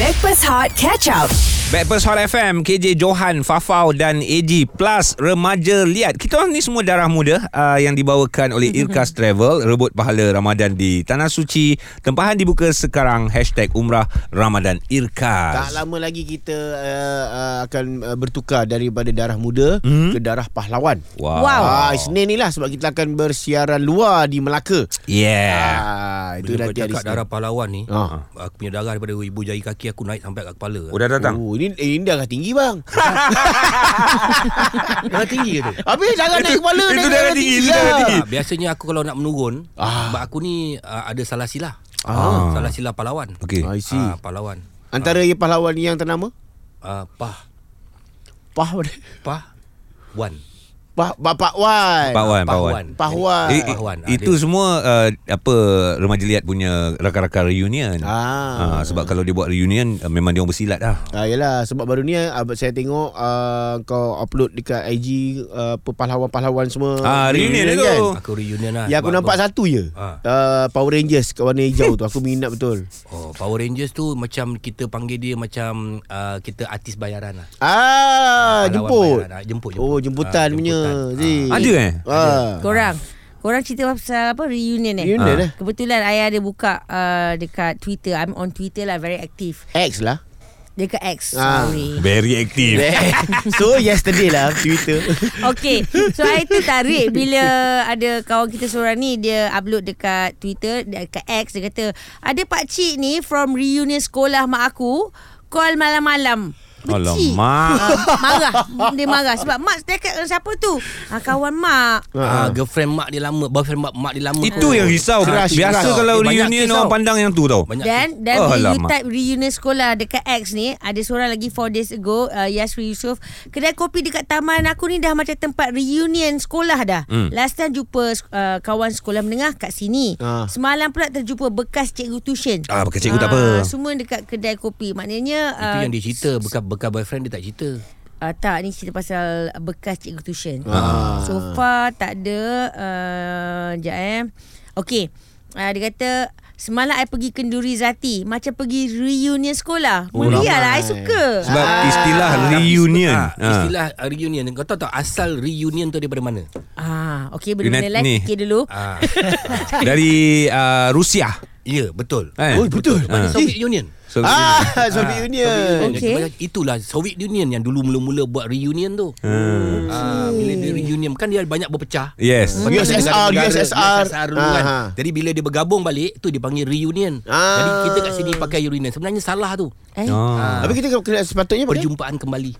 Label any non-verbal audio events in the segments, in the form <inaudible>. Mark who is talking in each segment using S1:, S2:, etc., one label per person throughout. S1: Backpass Hot Catch Up.
S2: Backpast Hot FM KJ Johan Fafau dan AG Plus Remaja Liat Kita orang ni semua darah muda uh, Yang dibawakan oleh Irkas Travel Rebut pahala Ramadan di Tanah Suci Tempahan dibuka sekarang Hashtag Umrah Ramadan
S3: Tak
S2: Irkas
S3: lama lagi kita uh, uh, akan uh, bertukar daripada darah muda hmm? ke darah pahlawan.
S1: Wow.
S3: Ah, Isnin ni lah sebab kita akan bersiaran luar di Melaka.
S2: Yeah
S3: Ah, itu
S4: Bila kau
S3: nanti hari
S4: cakap
S3: Isnin.
S4: darah pahlawan ni
S2: Ha.
S3: Ah.
S4: Aku punya darah daripada ibu jari kaki Aku naik sampai kat kepala
S2: Udah datang
S3: Oh, ini, ini darah tinggi
S2: <laughs>
S3: bang. <laughs>
S4: Darah tinggi ke tu?
S3: Habis darah naik kepala lah.
S2: itu
S3: naik
S2: darah tinggi, itu darah tinggi.
S4: Ah, Biasanya aku kalau nak menurun ah. Sebab aku ni ah, ada salah silah
S3: Ah.
S4: Salah silah pahlawan
S2: Okey.
S3: I see.
S4: ah, Pahlawan
S3: Antara
S2: Ah.
S3: yang pahlawan yang ternama?
S4: ah, Pah
S3: Pah <laughs>
S4: Pah Wan
S3: Pah Bapak
S2: Pak Wan,
S3: Wan.
S2: Pak Wan.
S4: Pahlawan
S3: Pahlawan.
S2: Eh, eh,
S4: Pahlawan. Ah,
S2: itu
S4: dia-
S2: semua uh, apa remaja liat punya rakan-rakan reunion.
S3: Ah.
S2: Ah, sebab kalau dia buat reunion uh, memang dia orang bersilat dah.
S3: Ah yalah sebab baru ni ah, saya tengok ah, kau upload dekat IG ah, apa pahlawan-pahlawan semua. kan?
S2: Ah, reunion dia tu.
S4: Aku reunion lah
S3: Ya aku
S4: Sebab
S3: nampak satu je.
S4: Ah.
S3: Ah, Power Rangers kat warna hijau tu aku minat betul.
S4: Oh, Power Rangers tu macam kita panggil dia macam uh, kita artis bayaran lah.
S3: Ah,
S4: Ah, lawan
S3: jemput.
S4: bayaran. Ah, jemput, jemput.
S3: Oh, jemputan
S4: Ah,
S3: punya.
S4: jemputan.
S3: Zee.
S2: Ada eh?
S3: Ah.
S5: Korang Korang cerita pasal apa reunion eh
S3: Reunion
S2: Ah.
S3: eh.
S5: Kebetulan ayah ada buka uh, dekat Twitter I'm on Twitter lah very active
S3: X lah.
S5: Dekat X
S3: Ah.
S5: sorry
S2: Very active.
S3: so yesterday lah Twitter.
S5: Okay So I tertarik Bila ada kawan kita seorang ni Dia upload dekat Twitter Dekat X Dia kata Ada pakcik ni From reunion sekolah mak aku Call malam-malam Benci
S2: Alamak.
S5: Ah, Marah Dia marah Sebab mak setakat dengan siapa tu ah, Kawan mak
S3: Ha,
S4: Ah, girlfriend mak dia lama, boyfriend mak, mak dia lama.
S2: Itu
S4: tu.
S2: yang risau.
S3: Crush,
S2: Biasa
S3: crush.
S2: kalau
S4: Eh, banyak
S2: reunion
S4: kes
S2: orang
S4: tau.
S2: pandang yang tu tau.
S4: Banyak
S5: Dan dan
S2: Oh,
S5: bila you
S2: alamak.
S5: type reunion sekolah dekat X ni ada seorang lagi 4 days ago uh, Yasri Yusof kedai kopi dekat taman aku ni dah macam tempat reunion sekolah dah.
S2: Hmm.
S5: Hmm. Last time jumpa uh, kawan sekolah menengah kat sini.
S3: Ah.
S5: Ah. Semalam pula terjumpa bekas cikgu tuition.
S2: Ah, bekas cikgu tak apa.
S5: Semua dekat kedai kopi. Maknanya
S4: Itu yang dia cerita bekas bekas boyfriend dia tak cerita.
S5: Uh, tak, ni cerita pasal bekas cikgu tuition. So far tak ada. Uh, sekejap eh. Okey. Uh, dia kata, semalam I pergi kenduri Zati. Macam pergi reunion sekolah.
S3: Oh,
S5: Mulia lah, I
S3: ramai.
S5: suka.
S2: Sebab istilah reunion.
S4: Ah,
S2: Ah.
S4: istilah ah, reunion. Kau tahu tak asal reunion tu daripada mana?
S5: Ah, okey, belum
S2: Unite
S5: Unite
S2: ni.
S5: live, fikir dulu.
S4: Ah.
S2: <laughs> Dari uh, Rusia.
S4: ya, betul.
S2: Eh?
S3: Oh, betul.
S4: Sebab dia Soviet Union.
S2: So,
S3: Ah, Soviet Union.
S4: Union.
S5: Okey.
S4: Kebanyakan- Itulah Soviet Union yang dulu mula-mula buat reunion tu. Hmm. Ah, bila dia reunion kan dia banyak berpecah.
S2: Yes.
S4: Macam
S3: USSR,
S4: negara-negara,
S3: USSR.
S4: USSR dulu kan.
S3: Aha.
S4: Jadi bila dia bergabung balik tu dipanggil reunion.
S3: Ah.
S4: Jadi kita kat sini pakai reunion. Sebenarnya salah tu.
S5: Eh?
S2: Ah.
S3: Habis kita kena sepatutnya pakai
S4: Perjumpaan kembali.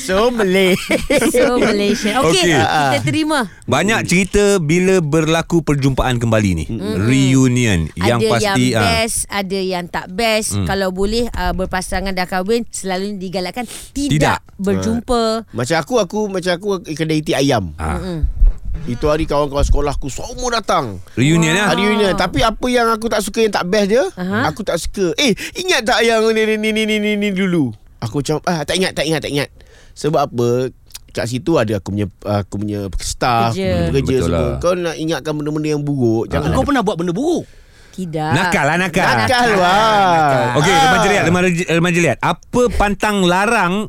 S3: So
S4: <laughs>
S3: Malay.
S5: <laughs> So, Malaysia. Okey,
S2: Okey.
S5: kita terima.
S2: Banyak cerita bila berlaku perjumpaan kembali ni. Reunion yang
S5: ada
S2: pasti
S5: yang
S2: ah.
S5: best, ada yang tak best. Hmm. Kalau boleh uh, berpasangan dah kahwin selalu digalakkan
S2: Tidak.
S5: tidak, berjumpa.
S3: macam aku aku macam aku kedai iti ayam.
S2: Ah.
S3: Itu hari kawan-kawan sekolah aku semua datang.
S2: Reunion lah.
S3: Hari reunion Tapi apa yang aku tak suka Yang tak best dia
S5: Ah. Aha.
S3: Aku tak suka Eh ingat tak yang ni ni ni ni ni, ni, ni dulu Aku macam ah, Tak ingat tak ingat tak ingat Sebab apa Kat situ ada aku punya Aku punya staff
S5: Kerja.
S3: Kerja, kerja
S2: Betul
S3: semua
S2: lah. Ah.
S3: Kau nak ingatkan benda-benda yang buruk Jangan
S4: Kau pernah buat benda buruk?
S5: Tidak.
S2: Nakal lah nakal.
S5: Ah.
S3: Nakal lah
S2: Okey, remaja liat, remaja, remaja liat. Apa pantang larang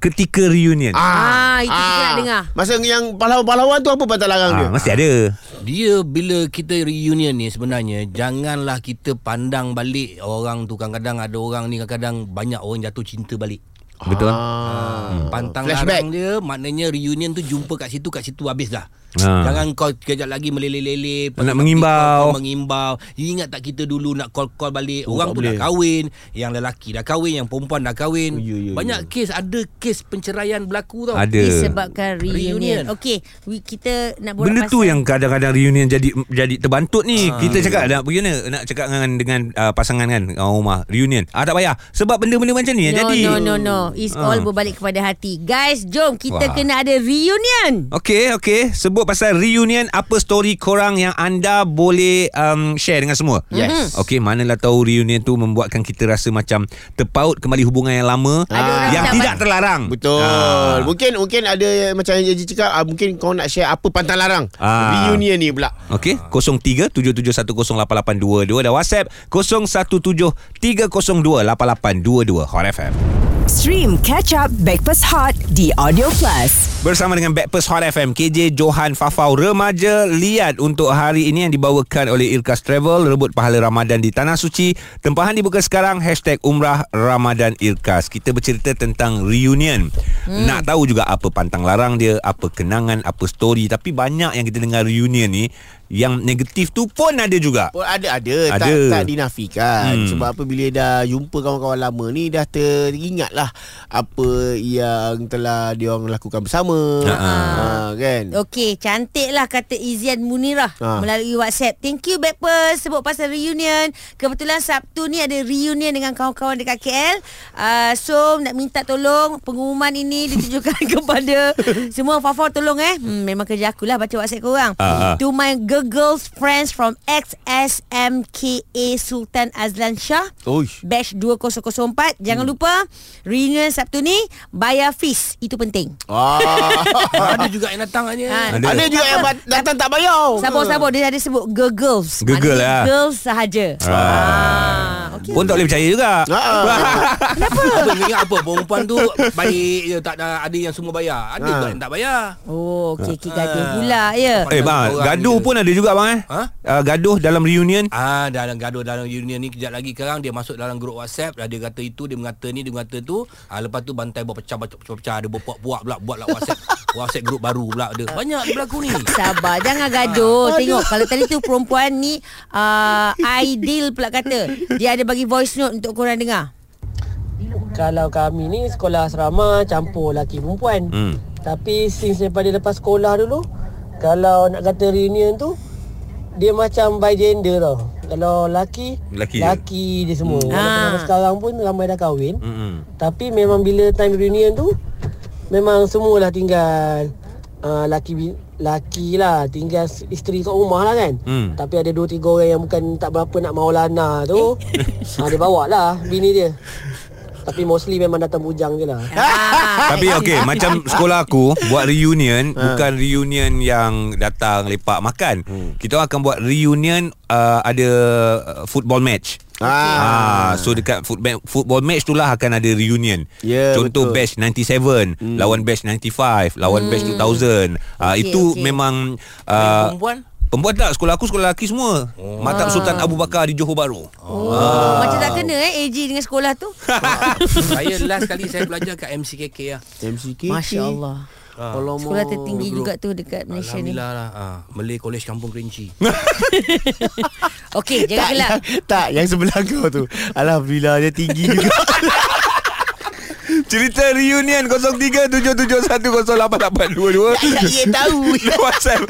S2: ketika reunion?
S5: Ah, itu kita nak dengar.
S3: Masa yang pahlawan-pahlawan tu Apa patah larang dia
S2: Ah, mesti ada.
S4: Dia bila kita reunion ni sebenarnya janganlah kita pandang balik orang tu kadang-kadang ada orang ni kadang-kadang banyak orang jatuh cinta balik.
S2: Betul. lah.
S3: ah.
S4: Hmm. Pantang
S3: Flashback.
S4: Flashback. larang dia Maknanya reunion tu Jumpa kat situ Kat situ habis dah
S2: Ha.
S4: ha. Jangan kau kejap lagi Meleleh-leleh
S2: Nak mengimbau.
S4: kau Mengimbau You Ingat tak kita dulu Nak call-call balik oh,
S3: Oh,
S4: Orang
S3: tak
S4: tu
S3: boleh.
S4: dah kahwin Yang lelaki dah kahwin Yang perempuan dah kahwin
S3: Oh, ya, ya,
S4: Banyak kes Ada kes penceraian berlaku tau
S2: Ada.
S5: Disebabkan
S4: Reunion.
S5: reunion. Okey, we- kita nak borak
S2: Benda
S5: pasal
S2: tu yang kadang-kadang reunion jadi jadi terbantut ni.
S5: Ah.
S2: Kita cakap nak pergi mana? Nak cakap dengan dengan uh, pasangan kan orang rumah reunion. Ah tak payah. Sebab benda-benda macam ni yang
S5: No,
S2: jadi. Ah.
S5: no, no, no. now is all berbalik kepada hati. Guys, jom kita
S2: Wah.
S5: kena ada reunion.
S2: Okey, okey. Sebut pasal reunion, apa story korang yang anda boleh um, share dengan semua?
S3: Yes. Mhm.
S2: Okey, manalah tahu reunion tu membuatkan kita rasa macam terpaut kembali hubungan yang lama
S5: Ada orang
S2: yang
S5: dapat-
S2: tidak terlarang. Ah.
S3: Betul. Mungkin mungkin ada yang macam yang Eji cakap ah, mungkin kau nak share apa pantang larang.
S2: Ah.
S3: Reunion ni pula.
S2: Okey, 0377108822 dan WhatsApp 0173028822 Hot FM.
S1: Stream Catch Up Backpass Hot di Audio Plus.
S2: Bersama dengan Backpast Hot FM KJ Johan Fafau Remaja Liat Untuk hari ini yang dibawakan oleh Irkas Travel Rebut pahala Ramadan di Tanah Suci Tempahan dibuka sekarang Hashtag Umrah Ramadan Irkas Kita bercerita tentang reunion hmm. Nak tahu juga apa pantang larang dia Apa kenangan Apa story Tapi banyak yang kita dengar reunion ni Yang negatif tu pun ada juga
S3: Oh, ada
S2: Ada.
S3: ada, tak tak dinafikan
S2: Hmm.
S3: hmm. sebab apa bila dah jumpa kawan-kawan lama ni dah teringatlah apa yang telah diorang lakukan bersama.
S2: Ha-ha.
S3: Ha kan.
S5: Okey, cantik lah kata Izian Munirah ha.
S3: Ah.
S5: melalui WhatsApp. Thank you Backpers sebut pasal reunion. Kebetulan Sabtu ni ada reunion dengan kawan-kawan dekat KL. Uh, so nak minta tolong pengumuman ini ditujukan <laughs> kepada semua Fafa tolong eh. Hmm, memang kerja aku lah baca WhatsApp korang.
S2: Ah, ah.
S5: To my girls friends from XSMKA Sultan Azlan Shah.
S3: Oish.
S5: Batch 2004 Jangan hmm. lupa Reunion Sabtu ni Bayar fees Itu penting
S3: Ah. <laughs>
S4: Ada juga yang datang hanya.
S5: Ha.
S2: Ada.
S3: ada juga yang bat- datang tak
S4: Oh,
S3: bayar.
S5: Sabar-sabar Dia ada sebut Girls
S2: Girl lah.
S5: Girls sahaja ah. Okay.
S2: Pun tak boleh percaya juga
S3: Ha.
S4: Apa ingat apa perempuan tu baik je tak ada ada yang semua bayar. Ada
S3: Ha.
S4: juga yang tak bayar.
S5: Oh okay, okay Gading
S4: Ah.
S5: pula ya
S2: Eh bang
S4: Orang
S2: Gaduh
S4: je.
S2: pun ada juga bang eh
S4: Ha?
S2: uh, Gaduh dalam reunion
S4: Ah dalam gaduh dalam union ni kejap lagi sekarang dia masuk dalam grup WhatsApp dah dia kata itu dia mengata ni dia mengata tu ah lepas tu bantai berpecah pecah ada berpuak-puak pula buatlah WhatsApp WhatsApp grup baru pula ada banyak dia berlaku ni
S5: <laughs> Sabar Jangan gaduh Tengok Kalau tadi tu perempuan ni uh, Ideal pula kata Dia ada bagi voice note Untuk korang dengar
S6: Kalau kami ni sekolah asrama campur lelaki perempuan.
S2: Hmm.
S6: Hmm. Tapi since daripada lepas sekolah dulu, kalau nak kata reunion tu, dia macam by gender tau. Kalau lelaki,
S2: Lelaki je.
S6: lelaki dia semua. Hmm.
S5: Ah.
S6: Walaupun ha. sekarang pun ramai dah kahwin. Hmm.
S2: Mm-mm.
S6: Tapi memang bila time reunion tu, memang semualah tinggal uh, laki bi- laki lah tinggal s- isteri kat rumah lah kan
S2: Hmm.
S6: tapi ada dua tiga orang yang bukan tak berapa nak maulana tu <laughs> ha, dia bawa lah bini dia tapi mostly memang datang bujang je lah
S4: Ha? <laughs>
S5: ah,
S2: Tapi okey macam sekolah aku buat reunion bukan reunion yang datang lepak makan. Kita akan buat reunion uh, ada uh, football match. Ah. ah so dekat football football match tu lah akan ada reunion.
S3: Ya,
S2: Contoh
S3: betul.
S2: batch 97 hmm. lawan batch 95 lawan hmm. batch 2000. Ah
S5: Okey,
S2: itu
S5: okey.
S2: memang
S4: Yang
S2: uh,
S4: perempuan
S2: Perempuan tak Sekolah aku sekolah lelaki semua oh. Matab Sultan Abu Bakar Di Johor Bahru
S5: oh,
S4: Ah.
S5: Macam tak kena eh AG dengan sekolah
S4: <laughs>
S5: tu
S4: saya last kali saya belajar kat MCKK lah
S3: MCK.
S5: Masya Allah
S3: Kalau mau
S5: Sekolah tertinggi juga tu Dekat Malaysia ni
S4: Ah. Alhamdulillah lah ah, Malay College Kampung Kerinci
S5: Okey jangan gelap
S3: yang, <laughs> tak yang sebelah kau tu. Alhamdulillah dia <laughs> tinggi juga.
S2: Cerita reunion 0377108822
S3: tak ia Ya, tahu.
S2: Dan <laughs> WhatsApp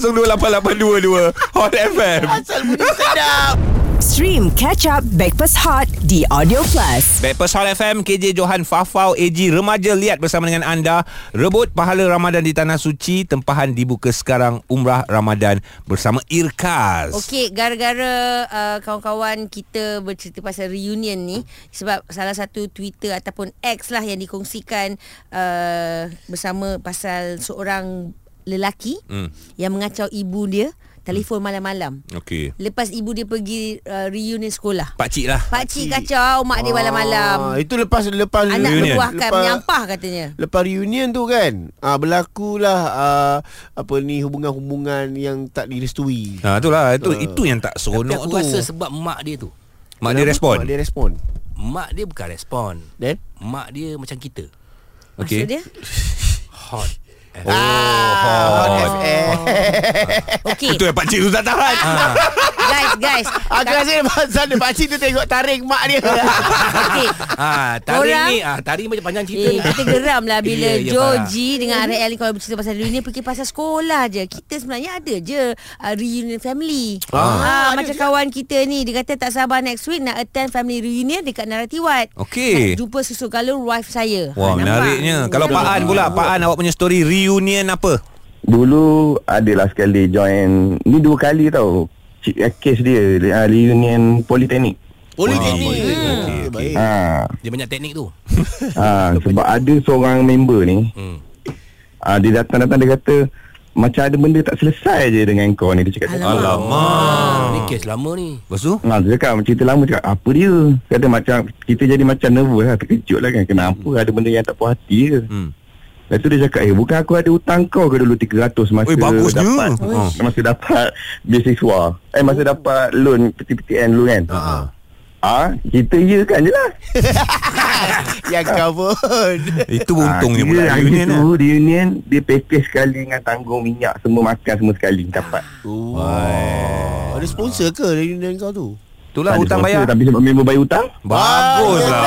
S2: 0173028822 Hot FM
S3: <laughs> Asal bunyi sedap.
S1: Stream Catch Up Backpass Hot di Audio Plus.
S2: Backpast Hot FM KJ Johan Fafau AG Remaja Liat bersama dengan anda Rebut pahala Ramadan di Tanah Suci Tempahan dibuka sekarang Umrah Ramadan Bersama Irkas
S5: Okey, gara-gara uh, kawan-kawan kita bercerita pasal reunion ni sebab salah satu Twitter ataupun X lah yang dikongsikan uh, bersama pasal seorang lelaki
S2: Hmm. Ya.
S5: yang mengacau ibu dia telefon malam-malam.
S2: Okey
S5: Lepas ibu dia pergi uh, reunion sekolah.
S2: Pakcik lah
S5: Pak cik kacau mak dia
S3: Ah,
S5: malam-malam.
S3: itu lepas lepas
S5: Anak
S2: reunion.
S5: berbuahkan
S3: lepas,
S5: menyampah katanya.
S3: Lepas reunion tu kan, ah berlakulah ah, apa ni hubungan-hubungan yang tak direstui.
S2: Ha, itulah itu, itu yang tak
S4: Tapi
S2: seronok
S4: aku
S2: tu
S4: rasa sebab mak dia tu
S2: Mak dia respon
S3: Mak Ah, dia respon.
S4: Mak dia bukan respon
S3: Then
S4: Mak dia macam kita
S2: Okey.
S5: Maksud dia? Ah,
S4: Hot
S2: Oh, hot.
S3: oh. FM.
S5: Okey.
S2: Itu yang pakcik tu tak tahan
S4: ah,
S5: guys, guys.
S3: Aku rasa <laughs> pasal dia pakcik tu tengok tarik mak
S5: <laughs>
S3: dia.
S5: Okay.
S4: Ah, tarik
S5: Korang-
S4: ni, ah, tarik ni macam panjang
S5: Eh,
S4: cerita. ni.
S5: kita geram lah bila
S4: Ya, ya,
S5: yeah,
S4: Farah.
S5: Joji dengan RL ni kalau bercerita pasal reunion fikir pasal sekolah je. Kita sebenarnya ada je uh, reunion family. Ah, ah macam kawan kita ni dia kata tak sabar next week nak attend family reunion dekat Naratiwat.
S2: Okey.
S5: Nak jumpa susu galon wife saya. nampak?
S2: Wah, menariknya. Kalau
S5: Betul.
S2: Pak An pula, Pak An awak punya story reunion apa?
S7: Dulu adalah sekali join Ni dua kali tau Ci- eh, Kes dia ah, Reunion Politeknik
S3: Politeknik.
S2: Ah, Politeknik. Okey,
S3: Okey, baik.
S7: ha,
S4: Dia banyak teknik tu.
S7: ha, Sebab ada seorang member ni
S4: Hmm.
S7: ha, Dia datang-datang dia kata Macam ada benda tak selesai je dengan kau ni Dia cakap
S4: Ah, ni
S2: Alamak.
S4: kes lama ni.
S2: Lepas tu?
S7: Ha, dia cakap cerita lama cakap apa dia Kata macam Kita jadi macam nervous lah Terkejut lah kan Kenapa ada benda yang tak puas hati ke
S2: Hmm.
S7: Lepas tu dia cakap Eh bukan aku ada hutang kau ke dulu 300 Masa
S2: Oi, bagusnya.
S7: dapat Ha,
S2: Oh.
S7: Masa dapat Biasiswa Eh masa dapat loan PTPTN dulu kan Ha Ah, kita ya kan je lah
S3: Yang cover.
S2: Itu untungnya
S7: Ah,
S2: pula
S7: dia hari
S2: reunion
S7: tu,
S2: lah.
S7: Reunion Dia package sekali dengan tanggung minyak Semua makan semua sekali dapat
S2: Ah.
S3: Ada sponsor ke reunion kau tu?
S2: Itulah
S7: Tak ada
S2: Lah, hutang
S7: sponsor,
S2: bayar.
S7: Tapi sebab member bayar hutang <laughs>
S2: Baguslah.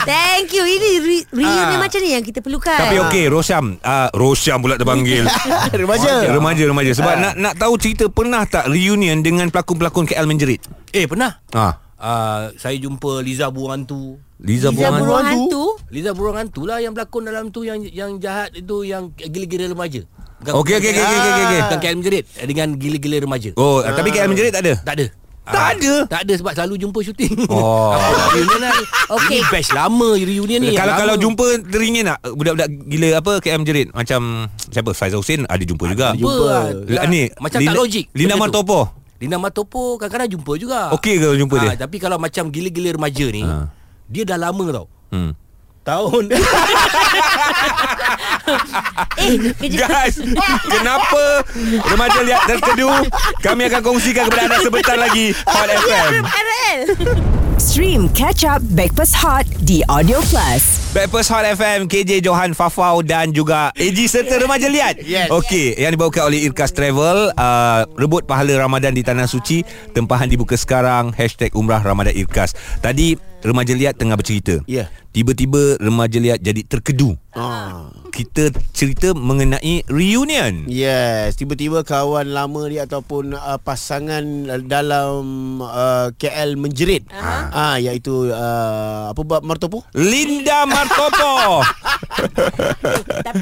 S5: Thank you. Ini re- reunion
S3: Ah.
S5: macam ni yang kita perlukan.
S2: Tapi okey Rosyam uh, Rosyam pula
S7: <laughs>
S2: terpanggil
S3: Remaja.
S2: Remaja Remaja Sebab
S7: Ah.
S2: nak nak tahu cerita Pernah tak reunion Dengan pelakon-pelakon KL menjerit
S4: Eh, pernah.
S2: ha.
S4: Ah, saya jumpa Liza Buang tu.
S5: Liza
S2: Liza, Buang
S5: Burung
S3: Hantu.
S5: Hantu.
S4: Liza Burung Hantu lah yang berlakon dalam tu yang yang jahat itu yang gila-gila remaja.
S2: Okey, okey, okey, okey, okey, okey.
S4: Bukan KL menjerit eh, dengan gila-gila remaja.
S2: Oh
S7: Ah.
S2: ha. Tapi KL menjerit tak ada
S4: Tak ada.
S2: Tak
S4: Ah,
S2: ada?
S4: Tak ada sebab selalu jumpa syuting.
S2: Oh.
S4: <laughs> Apa nak reunion lah.
S5: Okey.
S4: Ini best lama reunion ni.
S2: kalau
S4: Yang
S2: kalau
S4: lama.
S2: jumpa teringin tak budak-budak gila apa KM jerit macam siapa Faizal Hussein ada jumpa juga.
S4: jumpa.
S2: Lah, ni
S4: Macam tak logik
S2: Lina
S4: benda tu.
S2: Martopo.
S4: Lina Matopo kadang-kadang jumpa juga.
S2: Okey ke jumpa
S4: Ah,
S2: dia?
S4: Tapi kalau macam gila-gila remaja ni,
S2: Ah.
S4: dia dah lama tau.
S2: Hmm.
S4: Tahun
S5: Eh,
S2: <laughs>
S5: kerja
S2: Guys, kenapa remaja lihat tertedu? Kami akan kongsikan kepada anda sebentar lagi
S3: <laughs>
S2: Hot
S3: Ya.
S2: FM.
S5: RL.
S1: Stream Catch Up Backpass Hot di Audio Plus.
S2: Breakfast Hot FM KJ Johan Fafau Dan juga AG serta remaja liat
S3: Yes.
S2: Okey Yang dibawakan oleh Irkas Travel uh, Rebut pahala Ramadan di Tanah Suci Tempahan dibuka sekarang Hashtag Umrah Ramadan Irkas Tadi Remaja liat tengah bercerita
S3: Ya.
S2: Tiba-tiba remaja liat jadi terkedu
S3: Ah.
S2: Kita cerita mengenai
S3: Ya.
S2: reunion
S3: Yes, tiba-tiba kawan lama dia ataupun uh, pasangan dalam uh, KL menjerit. Ah, iaitu uh, apa bab martopo?
S2: Linda Martopo
S5: Tapi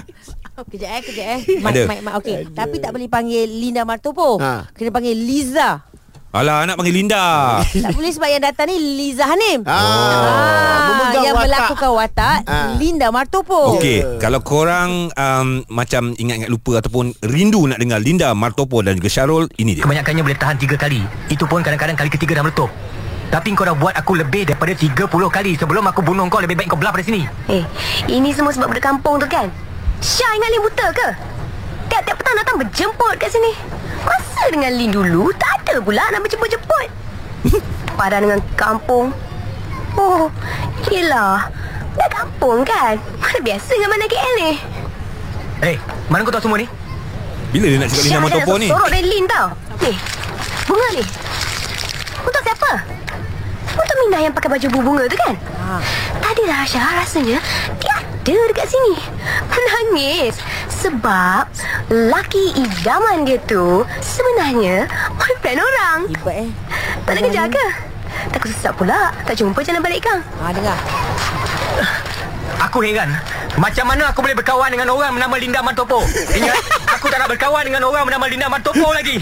S5: Kejap eh, kejap eh
S2: Ada.
S5: Mike, Mike, Mike Okay, tapi tak boleh panggil Linda Martopo
S3: Ha.
S5: Kena panggil Liza
S2: Alah nak panggil Linda
S5: Tak boleh sebab yang datang ni Liza Hanim
S3: Ah, memegang
S5: Yang
S3: watak.
S5: melakukan watak
S3: Ah.
S5: Linda Martopo
S2: Okey, kalau korang um, macam ingat-ingat lupa ataupun rindu nak dengar Linda Martopo dan juga Syarul, ini dia.
S8: Kebanyakannya boleh tahan 3 kali Itu pun kadang-kadang kali ketiga dah meletup Tapi kau dah buat aku lebih daripada 30 kali Sebelum aku bunuh kau lebih baik kau belah pada sini
S9: Eh, ini semua sebab budak kampung tu kan? Syah ingat Lin buta ke? Tiap-tiap petang datang berjemput kat sini. Masa dengan Lin dulu, tak ada pula nak berjemput-jemput. <laughs> Padan dengan kampung. Oh, yelah. Dah kampung kan? Mana biasa dengan mana KL ni?
S8: Eh, mana kau tahu semua ni?
S2: Bila dia nak cakap Linda
S9: Syah dah
S2: Martopo
S9: nak
S2: ni?
S9: sorok dari Lin tau. Ni, bunga ni. Untuk siapa? Untuk Minah yang pakai baju bunga tu kan? Tadi lah Aisyah rasanya dia ada dekat sini. Menangis. Sebab laki idaman dia tu sebenarnya boyfriend orang.
S5: Hebat eh
S9: Tak ada kerja ke? Takut sesat pula. Tak jumpa jalan balik kang.
S5: Ha dengar
S8: Aku heran Macam mana aku boleh berkawan dengan orang bernama Linda Mantopo Ingat, aku tak nak berkawan dengan orang bernama Linda Mantopo lagi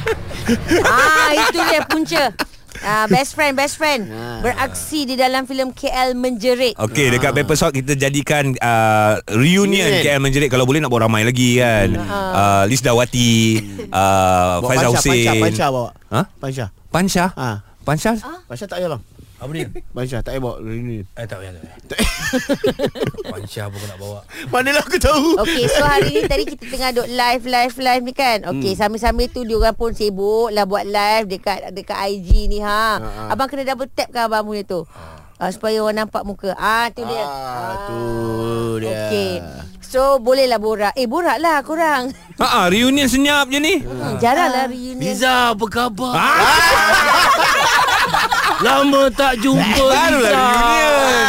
S5: Ah itu dia punca Ah, best friend, best friend Beraksi di dalam filem KL Menjerit
S2: Okey, dekat Paper Shot kita jadikan uh, reunion
S3: Ah. Reunion.
S2: KL Menjerit. Kalau boleh nak bawa ramai lagi kan. Uh, Liz Dawati, uh,
S3: Bawa
S2: Faizal
S3: Pansyah,
S2: Hussein.
S3: Pansyah bawa.
S2: Ha?
S3: Pansha.
S2: Pansha?
S3: Ha.
S2: Pansha?
S3: Pansha tak payah bang.
S4: Apa dia?
S3: Pansha tak payah bawa reunion.
S4: Eh, tak payah tak payah. Pansya pun nak bawa.
S3: Manalah aku tahu.
S5: Okey, so hari ni tadi kita tengah duk live live live ni kan. Okey, hmm. sambil-sambil tu diorang pun sibuk lah buat live dekat dekat IG ni ha. Abang kena double tap kan abang punya tu. Ah, supaya orang nampak muka. Ah tu dia.
S3: Ah, tu dia.
S5: Ya. Okey. So bolehlah borak. Eh boraklah korang. lah
S2: Ha reunion senyap je ni.
S5: Ha. Jaranglah reunion.
S4: Liza apa khabar?
S2: Ah,
S4: Lama tak jumpa
S2: barulah
S4: Liza.
S2: reunion.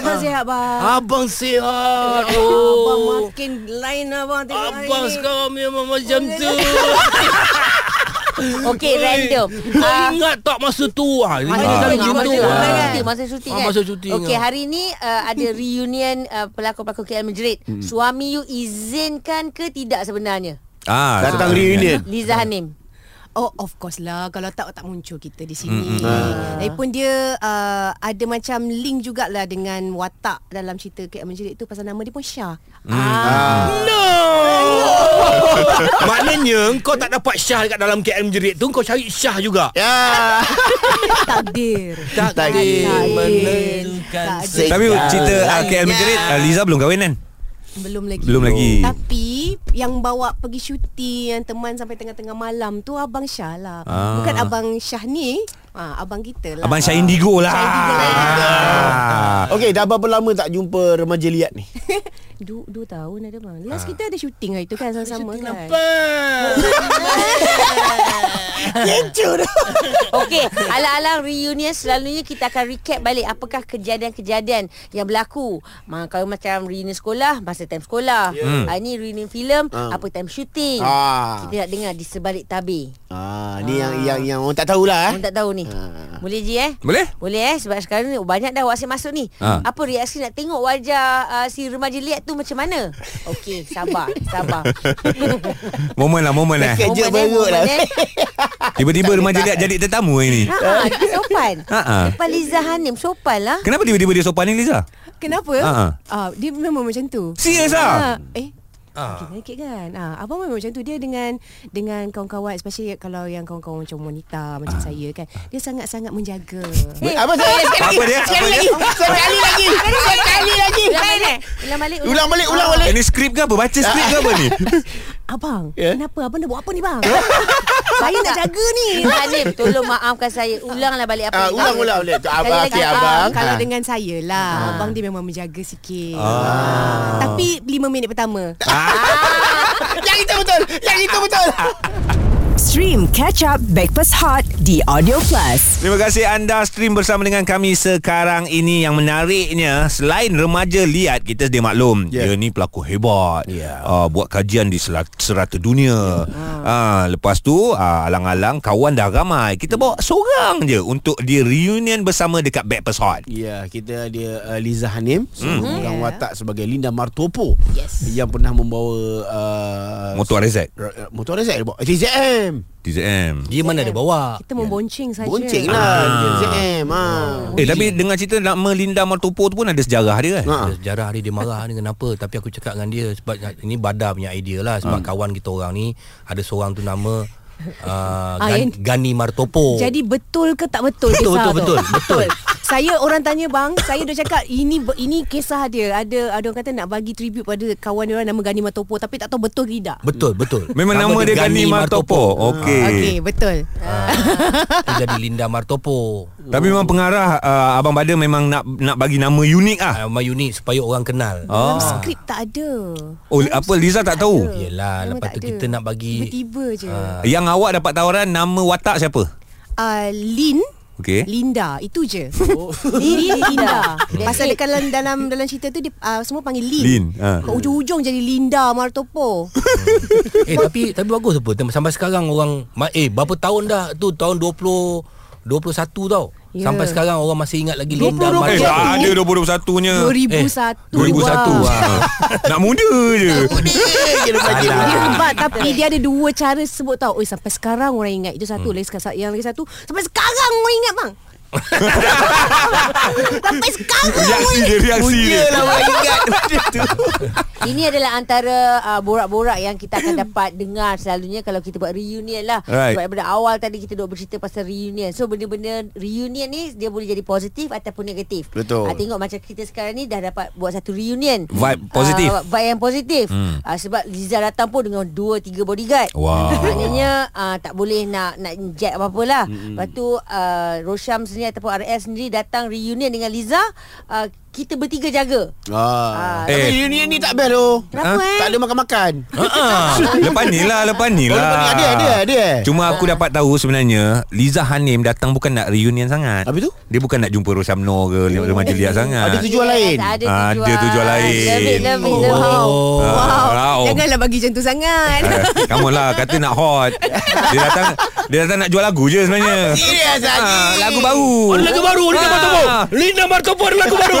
S5: Abang sihat, abang.
S4: Abang sihat.
S5: Abang
S4: Oh.
S5: makin lain abang tengok hari
S4: Abang
S5: ni.
S4: sekarang memang macam tu.
S5: Okey,
S4: Oi,
S5: random.
S4: Kau
S5: Ah,
S4: ingat tak masa tu? Ah,
S5: Masa syuting,
S4: ingat macam
S5: masa
S4: tu.
S5: syuting,
S4: Ah.
S5: kan? Masa syuting
S4: Ah,
S5: kan?
S4: masa syuting,
S5: Okey,
S4: ah.
S5: hari ni uh, ada reunion uh, pelakon-pelakon KL Menjerit.
S4: Hmm.
S5: Suami you izinkan ke tidak sebenarnya?
S2: Ah, sebenarnya.
S3: Datang reunion
S5: Liza Hanim.
S10: Oh of course lah Kalau tak tak muncul kita di sini mm-hmm. Lagipun dia uh, Ada macam link jugalah Dengan watak dalam cerita KM Menjerit tu Pasal nama dia pun Ah, Syah
S2: Mm. <laughs>
S4: Maknanya kau tak dapat Syah dekat dalam KM Jerit tu kau cari Syah
S2: <laughs>
S4: juga.
S3: Ya
S2: Ah.
S10: Takdir
S3: Takdir.
S4: menentukan
S10: Takdir.
S2: Tapi cerita uh, KL Menjerit uh, Liza belum kahwin kan?
S10: Belum lagi
S2: Belum lagi.
S10: Tapi Yang bawa pergi syuting Yang teman sampai tengah-tengah malam tu Abang Syah lah
S2: Ah.
S10: Bukan Abang Syah ni ah, Abang kita lah
S2: Abang Syah Indigo lah. Ah.
S3: Okey dah berapa lama tak jumpa remaja liat ni
S10: Du, dua tahun ada bang Last
S2: Ah.
S10: kita ada syuting hari tu kan Sama-sama kan
S5: Okey, alang-alang reunion selalunya kita akan recap balik apakah kejadian-kejadian yang berlaku. Ma, kalau macam reunion sekolah, masa time sekolah.
S2: Ya. Hmm.
S5: Yeah. ini reunion filem, apa time syuting.
S3: Ah.
S5: Kita nak dengar di sebalik tabir.
S3: Ah, ni yang yang yang orang tak tahulah eh.
S5: Orang tak tahu ni.
S3: Ah.
S5: Boleh je eh?
S2: Boleh?
S5: Boleh eh sebab sekarang ni banyak dah WhatsApp masuk ni.
S2: Ha.
S5: Ha. Apa reaksi nak tengok wajah uh, si remaja liat tu macam mana? Okey, sabar, sabar.
S2: Momen lah, momen lah.
S3: Kerja
S5: Momen eh,
S3: berut lah.
S5: momen eh.
S2: Tiba-tiba remaja dia jadi tetamu hari ni.
S5: Ha, dia sopan.
S2: Ha, ha.
S5: Depan Liza Hanim sopan lah.
S2: Kenapa tiba-tiba dia sopan ni Liza?
S10: Kenapa?
S2: Ah, ah.
S10: Ah, dia memang macam tu.
S2: Serius
S10: Ah,
S2: ah?
S3: lah?
S10: eh
S4: Ah.
S10: Sakit-sakit kan ah, Abang memang macam tu Dia dengan Dengan kawan-kawan Especially kalau yang kawan-kawan Macam wanita
S3: Ah.
S10: Macam saya kan Dia sangat-sangat menjaga
S3: Apa saya?
S2: Apa dia? Apa dia?
S3: <laughs> Sekali lagi. Sekali lagi.
S5: <laughs> Ulang balik. Ulang balik.
S3: Ulang balik, ulang balik.
S2: Ini skrip ke apa? Baca skrip ke apa ni?
S10: Abang
S3: Ya?
S10: yeah. Kenapa? Abang nak buat apa ni bang? saya nak jaga
S5: <laughs>
S10: ni
S5: Liza Hanim, tolong maafkan saya. Ulanglah balik apa.
S3: Ah,
S5: yang
S3: ulang
S5: kau-
S3: ulang boleh.
S5: Sekali
S3: Abang
S5: lagi,
S3: okey
S5: abang.
S3: abang.
S10: Kalau
S3: Ah.
S10: dengan saya lah Abang dia memang menjaga sikit ah. Tapi 5 minit pertama
S3: Ah. <laughs> yang itu betul. Yang itu betul.
S1: Stream Catch Up Backpass Hot di Audio Plus.
S2: Terima kasih anda stream bersama dengan kami sekarang ini Yang menariknya Selain remaja liat Kita sedia maklum yeah. Dia
S3: Ya.
S2: ni pelakon hebat yeah. uh, Buat kajian di selat, serata dunia yeah. uh, Lepas tu uh, Alang-alang kawan dah ramai Kita bawa seorang je Untuk dia reunion bersama dekat Backpass Hot
S3: Ya, kita ada uh, Liza Hanim seorang
S10: Ya.
S3: watak sebagai Linda Martopo
S10: Yes.
S3: yang pernah membawa uh,
S2: Motor RZ
S3: r- r- motor RZ bawa Eh, TZM.
S2: TZM
S4: Dia mana dia bawa?
S10: Kita memboncing saja
S3: Bonceng lah TZM. Ha.
S2: Ah. Eh tapi dengan cerita nama Linda Martopo tu pun ada sejarah dia kan
S3: Ha.
S4: Ada sejarah hari dia marah ni kenapa Tapi aku cakap dengan dia Sebab ini badar punya idea lah
S2: Hmm.
S4: Sebab kawan kita orang ni Ada seorang tu
S2: <laughs>
S4: nama uh,
S10: Ah,
S4: Gan,
S10: yang-
S4: Gani Martopo
S10: Jadi betul ke tak betul
S4: Oh. Betul,
S10: kisah tu?
S4: betul,
S10: <laughs>
S4: betul, betul.
S10: Saya orang tanya bang, saya dah cakap ini be- ini kisah dia. Ada ada orang kata nak bagi tribute pada kawan dia orang nama Gani Matopo tapi tak tahu betul ke tidak.
S4: Betul betul
S2: Memang nama, dia Gani Martopo, Ha.
S4: Eh.
S2: Okey okay.
S10: Okey, betul.
S4: Itu Ah, jadi Linda Martopo
S2: Tapi memang pengarah uh, Abang Bada memang nak nak bagi nama unik ah
S4: Nama unik supaya orang kenal
S10: Dalam
S2: Oh.
S10: skrip tak ada.
S2: Oh apa Liza tak tahu
S4: Yelah,
S10: Memang
S4: Lah, lepas
S10: tak
S4: tu kita nak bagi-
S10: tiba-tiba je. Uh,
S4: Ah.
S2: Yang awak dapat tawaran Nama watak siapa?
S10: Ah, Lin
S2: Okey
S10: Linda Itu
S4: <laughs>
S10: je oh. Lin Linda Pasal dekat dalam, dalam Dalam cerita tu dia, uh, Semua panggil Lin,
S2: Lin,
S5: Eh,
S2: ah.
S10: Kat ujung-ujung jadi Linda Martopo
S4: <laughs> Eh tapi tapi bagus apa Tem- sampai sekarang orang ma- eh berapa tahun dah tu tahun 20 21 tau.
S10: Ya.
S4: Yeah. Sampai sekarang orang masih ingat lagi
S10: 20,
S4: Linda
S2: Eh
S4: Martopo.
S2: tak ada 2021
S4: Eh,
S2: nya
S10: 2001
S2: 2001
S10: Wah.
S2: ah. Nak muda je
S3: Dia remaja
S4: Salah.
S10: Dia hebat tapi dia ada dua cara sebut tau. Oi sampai sekarang orang ingat itu satu lagi sekali yang lagi satu sampai sekarang orang ingat bang. sampai sekarang.
S2: Reaksi dia Reaksi dia
S3: lah orang ingat benda tu.
S5: Ini
S2: <laughs>
S5: adalah antara uh, borak-borak yang kita
S2: <coughs>
S5: akan dapat dengar selalunya kalau kita buat reunion lah.
S2: Right.
S5: Sebab daripada awal tadi kita duk bercerita pasal reunion. So benda-benda reunion ni dia boleh jadi positif ataupun negatif.
S3: Betul.
S5: Ah, tengok macam kita sekarang ni dah dapat buat satu reunion.
S2: Vibe positif.
S5: Ah, vibe yang positif. Hmm. Uh, sebab Liza datang pun dengan dua tiga bodyguard.
S2: Wah.
S5: ah, Maknanya uh, tak boleh nak nak inject apa-apa lah. Mm-hmm. Lepas tu uh, Rosham sendiri sendiri ataupun RL sendiri datang reunion dengan Liza, uh, kita bertiga jaga.
S3: Ah.
S2: Eh.
S3: Tapi reunion ni tak best tu.
S5: Kenapa eh?
S3: Tak ada makan-makan.
S2: Ah, lepas ni lah Lepas ni
S3: Oh,
S2: lah
S3: lepas ni ada, ada, ada, eh?
S2: Cuma aku dapat tahu sebenarnya Liza Hanim datang bukan nak reunion sangat
S3: Habis tu?
S2: Dia bukan nak jumpa Rosamno ke oh. Remaja Liat
S3: Ada
S2: sangat
S3: tujuan lain.
S5: Ya, Ada
S2: Ada
S5: tujuan.
S2: Ah, tujuan lain.
S5: Love it, love it, love it.
S10: Wow.
S2: Oh.
S10: Wow.
S2: Wow.
S10: Janganlah bagi macam tu
S2: <laughs>
S10: sangat.
S2: Eh, Kamu lah Kata nak hot Dia datang Dia datang nak jual lagu je sebenarnya
S3: Serius
S2: Ah,
S3: ah.
S2: Lagu baru
S4: Oh, Lagu baru Linda
S2: Ah.
S4: Martopo Linda Martopo ada lagu baru